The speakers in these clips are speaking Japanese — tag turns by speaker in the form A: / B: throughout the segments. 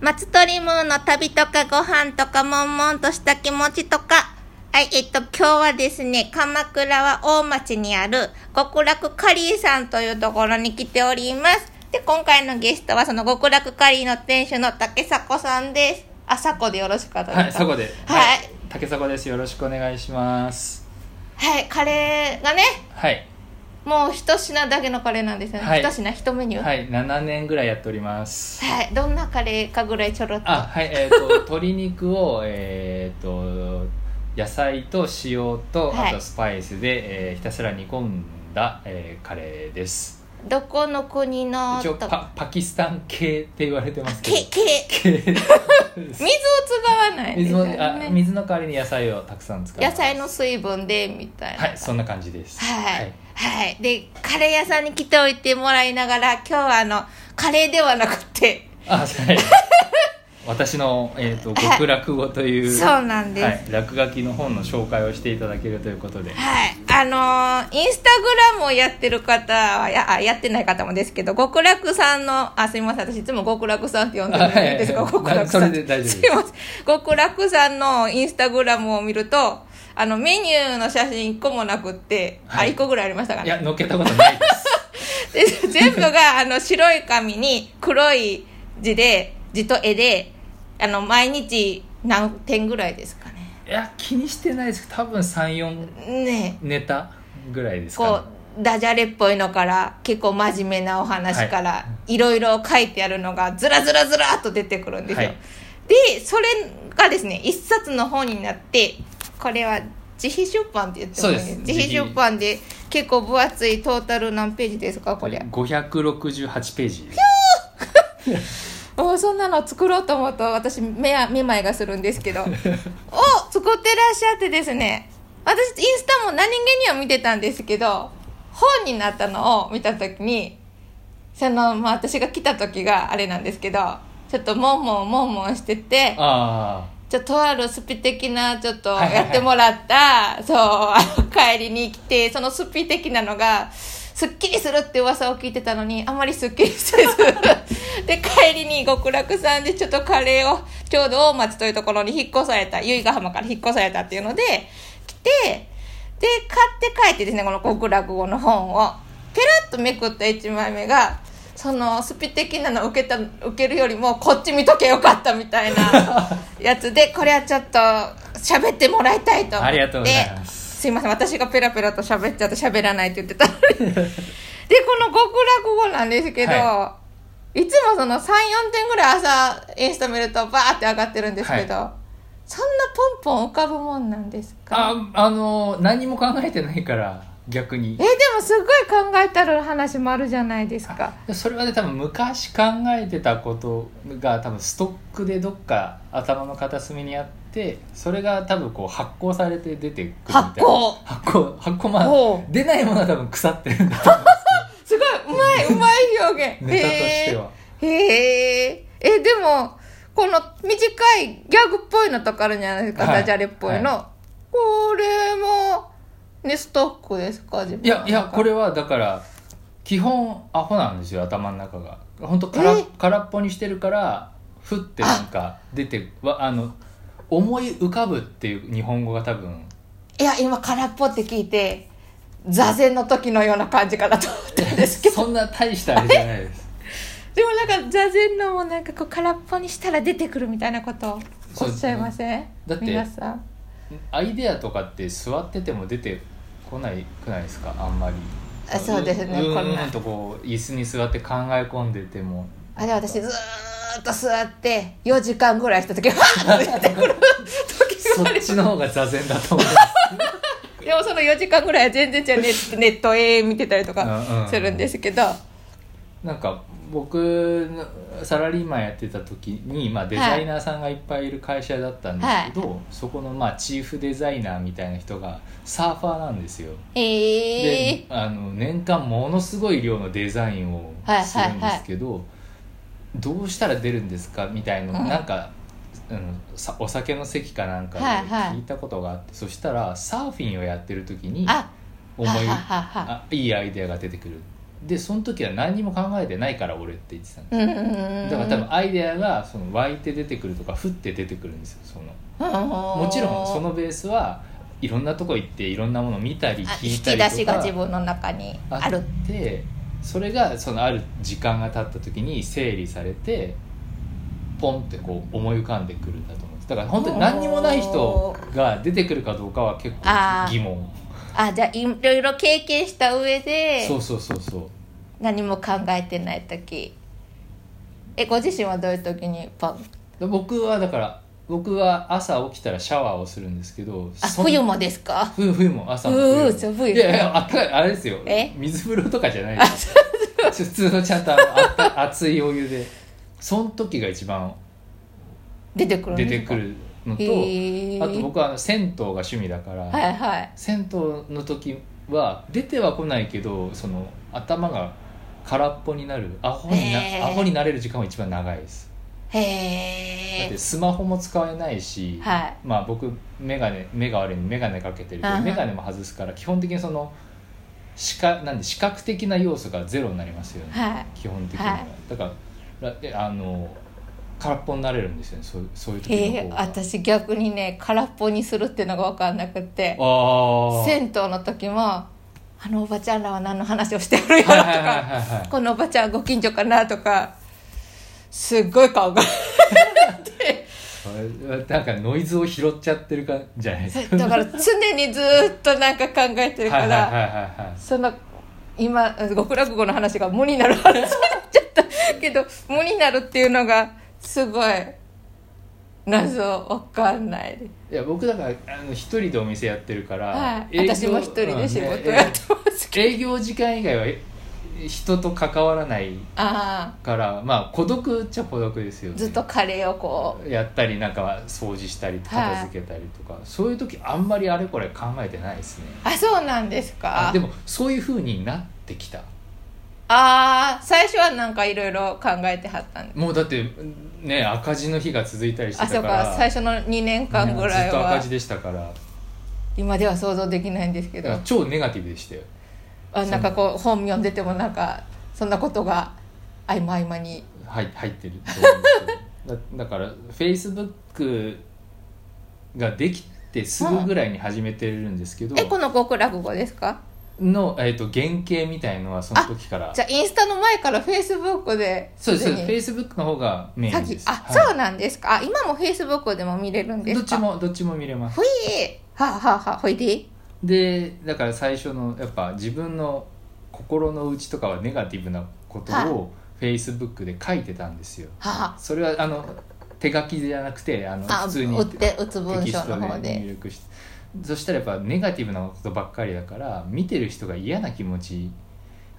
A: 松鳥ムーの旅とかご飯とか悶々とした気持ちとか。はい、えっと、今日はですね、鎌倉は大町にある極楽カリーさんというところに来ております。で、今回のゲストはその極楽カリーの店主の竹迫さんです。あ、迫でよろしかったですか
B: はい、そこで。
A: はい。
B: 竹迫です。よろしくお願いします。
A: はい、カレーがね、
B: はい。
A: もう一品だけのカレーなんですよね。
B: はい
A: 一品一メニュー。は、
B: はいい、7年ぐらいやっております。
A: どんなカレーかぐらいちょろっと。
B: あ、はい、え っ、と、鶏肉を、えっ、と、野菜と塩と、
A: はい
B: あとスパイスで、えーひたすら煮込んだ、えーカレーです。
A: どこの国の
B: 一応
A: とか。
B: パ、パキスタン系って言われてますけど
A: け、。け、
B: 系
A: 水を使わないです
B: 水
A: よ
B: もあ
A: ね。
B: 水の代わりに野菜をたくさん使いま
A: 野
B: す
A: 菜の水分で、みたいな。
B: はいそんな感じです
A: はい。はい。で、カレー屋さんに来ておいてもらいながら、今日はあの、カレーではなくて、
B: あ、はい。 私の、えー、と
A: はい
B: 極落語という、
A: そうなんです。
B: はい、落書きの本の紹介をしていただけるということで、
A: はい。あのーインスタグラムをやってる方は、や、あやってない方もですけど、極楽さんの、あ、すいません。私いつも極楽さんって呼んでるんですが、
B: あはいはいはい
A: 極楽さん。
B: なそれで大丈夫です
A: すいません。極楽さんのインスタグラムを見ると、あの、メニューの写真1個もなくって、
B: は
A: あ、
B: い
A: 1個ぐらいありましたか
B: い
A: ね。
B: や乗っけたことないです。
A: で、 全部が、あの、白い紙に黒い字で、字と絵で、あの、毎日何点ぐらいですかね。
B: いや気にしてないですけど、多分三四
A: ねえ。
B: ネタぐらいです
A: こ
B: か、ね。
A: うダジャレっぽいのから結構真面目なお話から、い、ろいろ書いてあるのがずらずらずらっと出てくるんですよ、
B: はい
A: でそれがですね一冊の本になってこれは自費出版って言ってもいい
B: そうです
A: 自費出版で結構分厚いトータル何ページですかこれ
B: 五百六十八ページ。
A: おそんなの作ろうと思うと私目やめまいがするんですけどを作ってらっしゃってですね私インスタも何気には見てたんですけど本になったのを見た時にその、まあ、私が来た時があれなんですけどちょっともんもんもんもんしてて
B: あ
A: ちょっととあるスピ的なちょっと
B: はいはいはい
A: やってもらったそうあの帰りに来てそのスピ的なのがすっきりするって噂を聞いてたのにあまりすっきりせず で帰りに極楽さんでちょっとカレーをちょうど大町というところに引っ越された由比ヶ浜から引っ越されたっていうので来てで買って帰ってですねこの極楽語の本をペラッとめくった1枚目がそのスピ的なの受けた受けるよりもこっち見とけよかったみたい なやつでこれはちょっと喋ってもらいたいと思って
B: ありがとうございます
A: すいません私がペラペラと喋っちゃって喋らないって言ってたのにでこの極楽語なんですけど、、
B: はい
A: つもその34点ぐらい朝インスタ見るとバーって上がってるんですけど、そんなポンポン浮かぶもんなんですか
B: あ、あ、あの何も考えてないから逆に
A: え。でもすごい考えたる話もあるじゃないですか
B: それはね多分昔考えてたことが多分ストックでどっか頭の片隅にあってそれが多分こう発酵されて出てくるみたいな
A: 発酵
B: 発酵発酵ま
A: ほ
B: あ出ないものは多分腐ってるんだと思
A: すごいうまいうまい表現
B: うネタとしては、
A: へーへーえでもこの短いギャグっぽいのとかあるじゃないですか、
B: はい
A: ダジャレっぽいの、これもねストックですか自分
B: いやいやこ
A: れ
B: れはだから基本アホなんですよ頭の中が本当空
A: え
B: 空っぽにしてるからふってなんか出てわあの思い浮かぶっていう日本語が多分
A: いや今空っぽって聞いて座禅の時のような感じかなと思ったんですけど
B: そんな大したあれじゃないです
A: でもなんか座禅のもなんかこう空っぽにしたら出てくるみたいなことおっしゃいません、
B: だって
A: 皆さん
B: アイデアとかって座ってても出てこないくないですかあんまり
A: あそうですね
B: う
A: こん
B: ん
A: な
B: うんとこう椅子に座って考え込んでて も
A: あれ私ずーっと座って4時間ぐらいした時わ ーって出てくる時
B: そ
A: があ
B: っ
A: る
B: ちの方が座禅だと思う
A: でもその4時間ぐらいは全然じゃあネットネットえー見てたりと
B: うんう
A: か
B: ん
A: するんですけど、
B: なんか僕のサラリーマンやってた時に、まあ、デザイナーさんがいっぱいいる会社だったんですけど、そこのまあチーフデザイナーみたいな人がサーファーなんですよ
A: え
B: であの年間ものすごい量のデザインを
A: はい
B: するんですけど、どうしたら出るんですかみたいな、
A: うん
B: なんか、うん、さお酒の席かなんかで
A: はいはい
B: 聞いたことがあって、そしたらサーフィンをやってる時に
A: ー、あ
B: 思い
A: はははは
B: あいいアイデアが出てくるでその時は何にも考えてないから俺って言ってたの
A: うんうんうんうん
B: だから多分アイデアがその湧いて出てくるとか降って出てくるんですよそのも
A: も
B: ちろんそのベースはいろんなとこ行っていろんなもの見たり聞
A: 引
B: いた
A: き
B: りとか
A: 出しが自分の中にある
B: ってそれがそのある時間が経った時に整理されてポンってこう思い浮かんでくるんだと思うんですだから本当に何にもない人が出てくるかどうかは結
A: あ
B: 構
A: ー
B: 疑問
A: あじゃあいろいろ経験した上で
B: そうそうそうそう
A: 何も考えてない時えご自身はどういう時にパン
B: で僕はだから僕は朝起きたらシャワーをするんですけど
A: あ
B: そん
A: 冬もですか
B: 冬冬も朝の
A: うー
B: 冬も
A: 寒い
B: いやいやあったかいあれですよ
A: え
B: 水風呂とかじゃないです普通のちゃんとあのあった熱いお湯でその時が一番
A: 出てくるん
B: 出
A: です
B: て
A: か
B: くるのと、
A: へー
B: あと僕はあの銭湯が趣味だから、
A: はいはい
B: 銭湯の時は出ては来ないけどその頭が空っぽになるアホにな、
A: へー
B: アホになれる時間は一番長いです
A: へ
B: だって
A: え
B: スマホも使えないし、
A: はい
B: まあ、僕眼鏡目が悪いんで眼鏡かけてるけ
A: うん
B: ど
A: うん
B: 眼鏡も外すから基本的にその視覚なんで視覚的な要素がゼロになりますよね、
A: はい
B: 基本的には、
A: はい
B: だからえあの空っぽになれるんですよねそうそういう時
A: へ
B: の
A: え
B: 方が、
A: 私逆にね空っぽにするっていうのが分かんなくて
B: ああ
A: 銭湯の時もあのおばちゃんらは何の話をしてるよと
B: はいはいはい
A: か
B: はいはい
A: このおばちゃんご近所かなとかすっごい顔 が
B: それはなんかノイズを拾っちゃってるかじゃないですか
A: だから常にずっとなんか考えてるか
B: はいはいは
A: ら
B: いはいはい
A: その今極楽語の話が無になる話になっちゃったけど無になるっていうのがすごい謎わかんないです
B: いや僕だからあの一人でお店やってるから、
A: はい
B: 営業
A: 私も一人で仕事
B: うんね
A: やってますけど、
B: 営業時間以外はえ人と関わらない
A: あ
B: からまあ孤独っちゃ孤独ですよ
A: あ
B: ね
A: ずっとカレーをこ
B: やったりなんか掃除したり
A: はい
B: 片付けたりとか、そういう時あんまりあれこれ考えてないですね
A: うあそうなんですか
B: あでもそういうふうになってきた
A: ああ最初はなんかいろいろ考えてはったんで
B: もうだってね赤字の日が続いたりして
A: あそ
B: た
A: う
B: から
A: か最初の2年間ぐらい
B: ずっと赤
A: は
B: 字でしたから
A: 今では想像できないんですけ
B: だから
A: ど
B: 超ネガティブでしたよ
A: あなんかこう本読んでてもなんかそんなことが合間合間に
B: はい入ってると思うん ですけどだだからフェイスブックができてすぐぐらいに始めてるんですけど、
A: えこの極楽語ですか
B: の、えー、と原型みたいのはその時から
A: じゃあインスタの前からフェイスブックで
B: そうですそうですフェ
A: で
B: イスブックの方がメインです
A: あ、
B: はい
A: そうなんですかあ今もフェイスブックでも見れるんです
B: どっ
A: か
B: ちもどっちも見れます
A: ほいはあ、はあはあ、ほいで
B: でだから最初のやっぱ自分の心の内とかはネガティブなこと
A: はい
B: をフェイスブックで書いてたんですよ
A: はあ
B: それはあの手書きじゃなくてあの
A: あ
B: 普通に
A: 打って打つ
B: テ
A: 文
B: キ
A: 章
B: ス
A: の方
B: トで入
A: で
B: 力してそしたらやっぱネガティブなことばっかりだから見てる人が嫌な気持ちに
A: に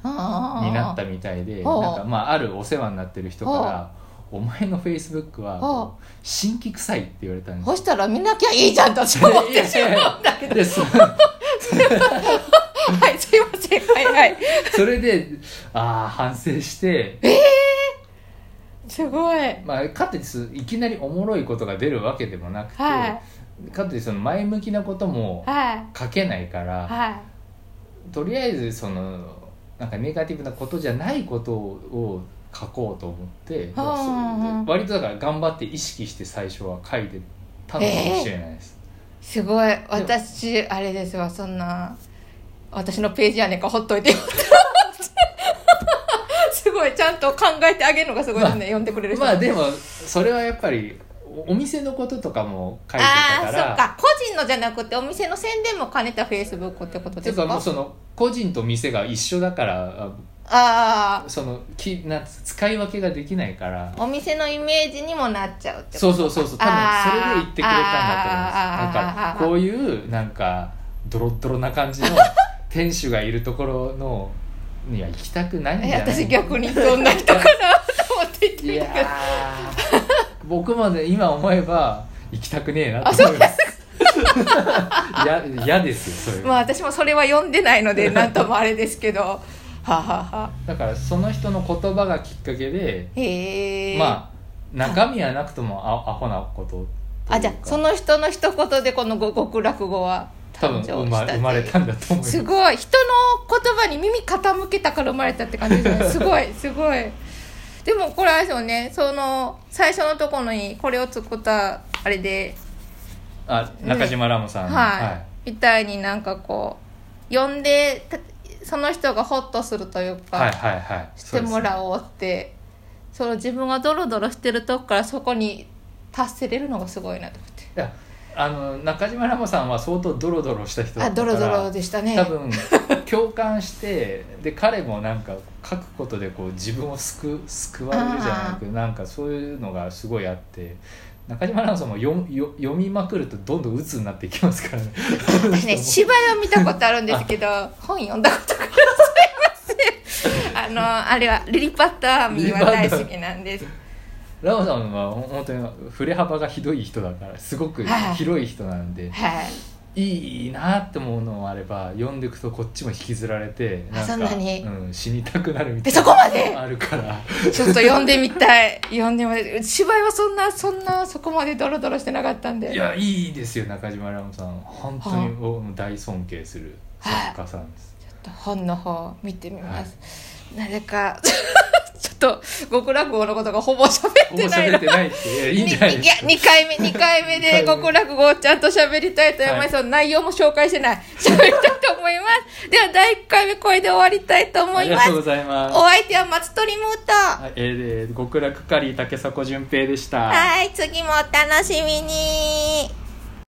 B: なったみたいで
A: ほう
B: なんかまああるお世話になってる人から「お前のフェイスブックは
A: ほ
B: 新規臭い」って言われたんです
A: そしたら見なきゃいいじゃんと私思ってしまうんだけど
B: でそ
A: はい すいませんはいはい
B: それでああ反省して、
A: すごい
B: まあ、かといってすいきなりおもろいことが出るわけでもなくて、
A: は
B: かといってその前向きなことも
A: はい
B: 書けないから、
A: はい
B: とりあえずそのなんかネガティブなことじゃないことを書こうと思って、だからそれ
A: うん
B: で割とだから頑張って意識して最初は書いてたのかもしれないです、
A: すごい私あれですわそんな私のページやねんからほっといてよ すごいちゃんと考えてあげるのがすごいですね、読んでくれる人
B: まあでもそれはやっぱりおお店のこととかも書いて
A: ああ
B: た
A: ー
B: か
A: そ
B: ら
A: っか個人のじゃなくてお店の宣伝も兼ねたフェイスブックってこと
B: て
A: で
B: いう
A: す
B: か
A: か
B: もうその個人と店が一緒だから
A: あ
B: そのきなんつ使い分けができないから
A: あお店のイメージにもなっちゃうってこと
B: そうそうそうそう多分それで言ってくれたんだと思います
A: あー
B: なんかこういうなんかドロッドロな感じの店主がいるところのには行きたくないん
A: え
B: じゃない
A: 私逆にどんな人かなと思って
B: い
A: 言って
B: や
A: たけど
B: ー僕もね今思えば行きたくねえなと思いますいや嫌ですよそれは
A: まあ私もそれは読んでないので何ともあれですけどはあはあはあ
B: だからその人の言葉がきっかけで
A: へえ
B: まあ中身はなくともアアホなことというか
A: あじゃあその人の一言でこのご極楽語は
B: 多
A: 誕
B: 分
A: 生した
B: 生ま生まれたんだと思います
A: すごい人の言葉に耳傾けたから生まれたって感じです ねすごいすごいでもこれあれですよねその最初のところにこれを作ったあれで、
B: あ中島ラモさん、
A: はい、みたいになんかこう呼んでたその人がホッとするというか、
B: はい、はいはいはい
A: してもらおうってその自分がドロドロしてるとこからそこに達せれるのがすごいなと思って
B: いやあの中島ラモさんは相当ドロドロした人だ
A: あ
B: っ
A: ド
B: たか
A: ロ
B: ら
A: ドロでしたね
B: 多分共感してで彼もなんか書くことでこう自分を救救われるじゃないけどなんかそういうのがすごいあって中島ラモさんも読むよ読みまくるとどんどん鬱になっていきますからね
A: 私ね芝居を見たことあるんですけど本読んだことが ございませんあのあれは「リリパッターミー」は大好きなんです
B: ラモさんはほん本当に振れ幅がひどい人だからすごく
A: はい
B: 広い人なんで、
A: はい
B: い、いなって思うのもあれば読んでいくとこっちも引きずられて
A: あ
B: なんか
A: そんなに
B: うん、死にたくなるみた
A: で
B: いな
A: そこまで
B: あるから。
A: ちょっと読んでみたい読んでみたい芝居はそんなそんなそこまでドロドロしてなかったんで
B: いやいいですよ中島ラモさん本当に僕も大尊敬する作家さんです、
A: 本の方見てみます、なぜか ちょっと極楽王のことがほぼ喋っ
B: ほぼ
A: てない
B: 喋
A: な
B: ってないっていやいいんじゃないで
A: や
B: すか
A: 2回目2回目で
B: 二回目
A: 極楽をちゃんと喋りたいと思います、内容も紹介してない喋りたいと思いますでは第1回目これで終わりたいと思
B: あ
A: い
B: り
A: ま
B: が
A: す
B: とうございます
A: お相手は松鳥ムートは
B: はいえー、極楽カリー竹迫淳平でした
A: い次もお楽しみに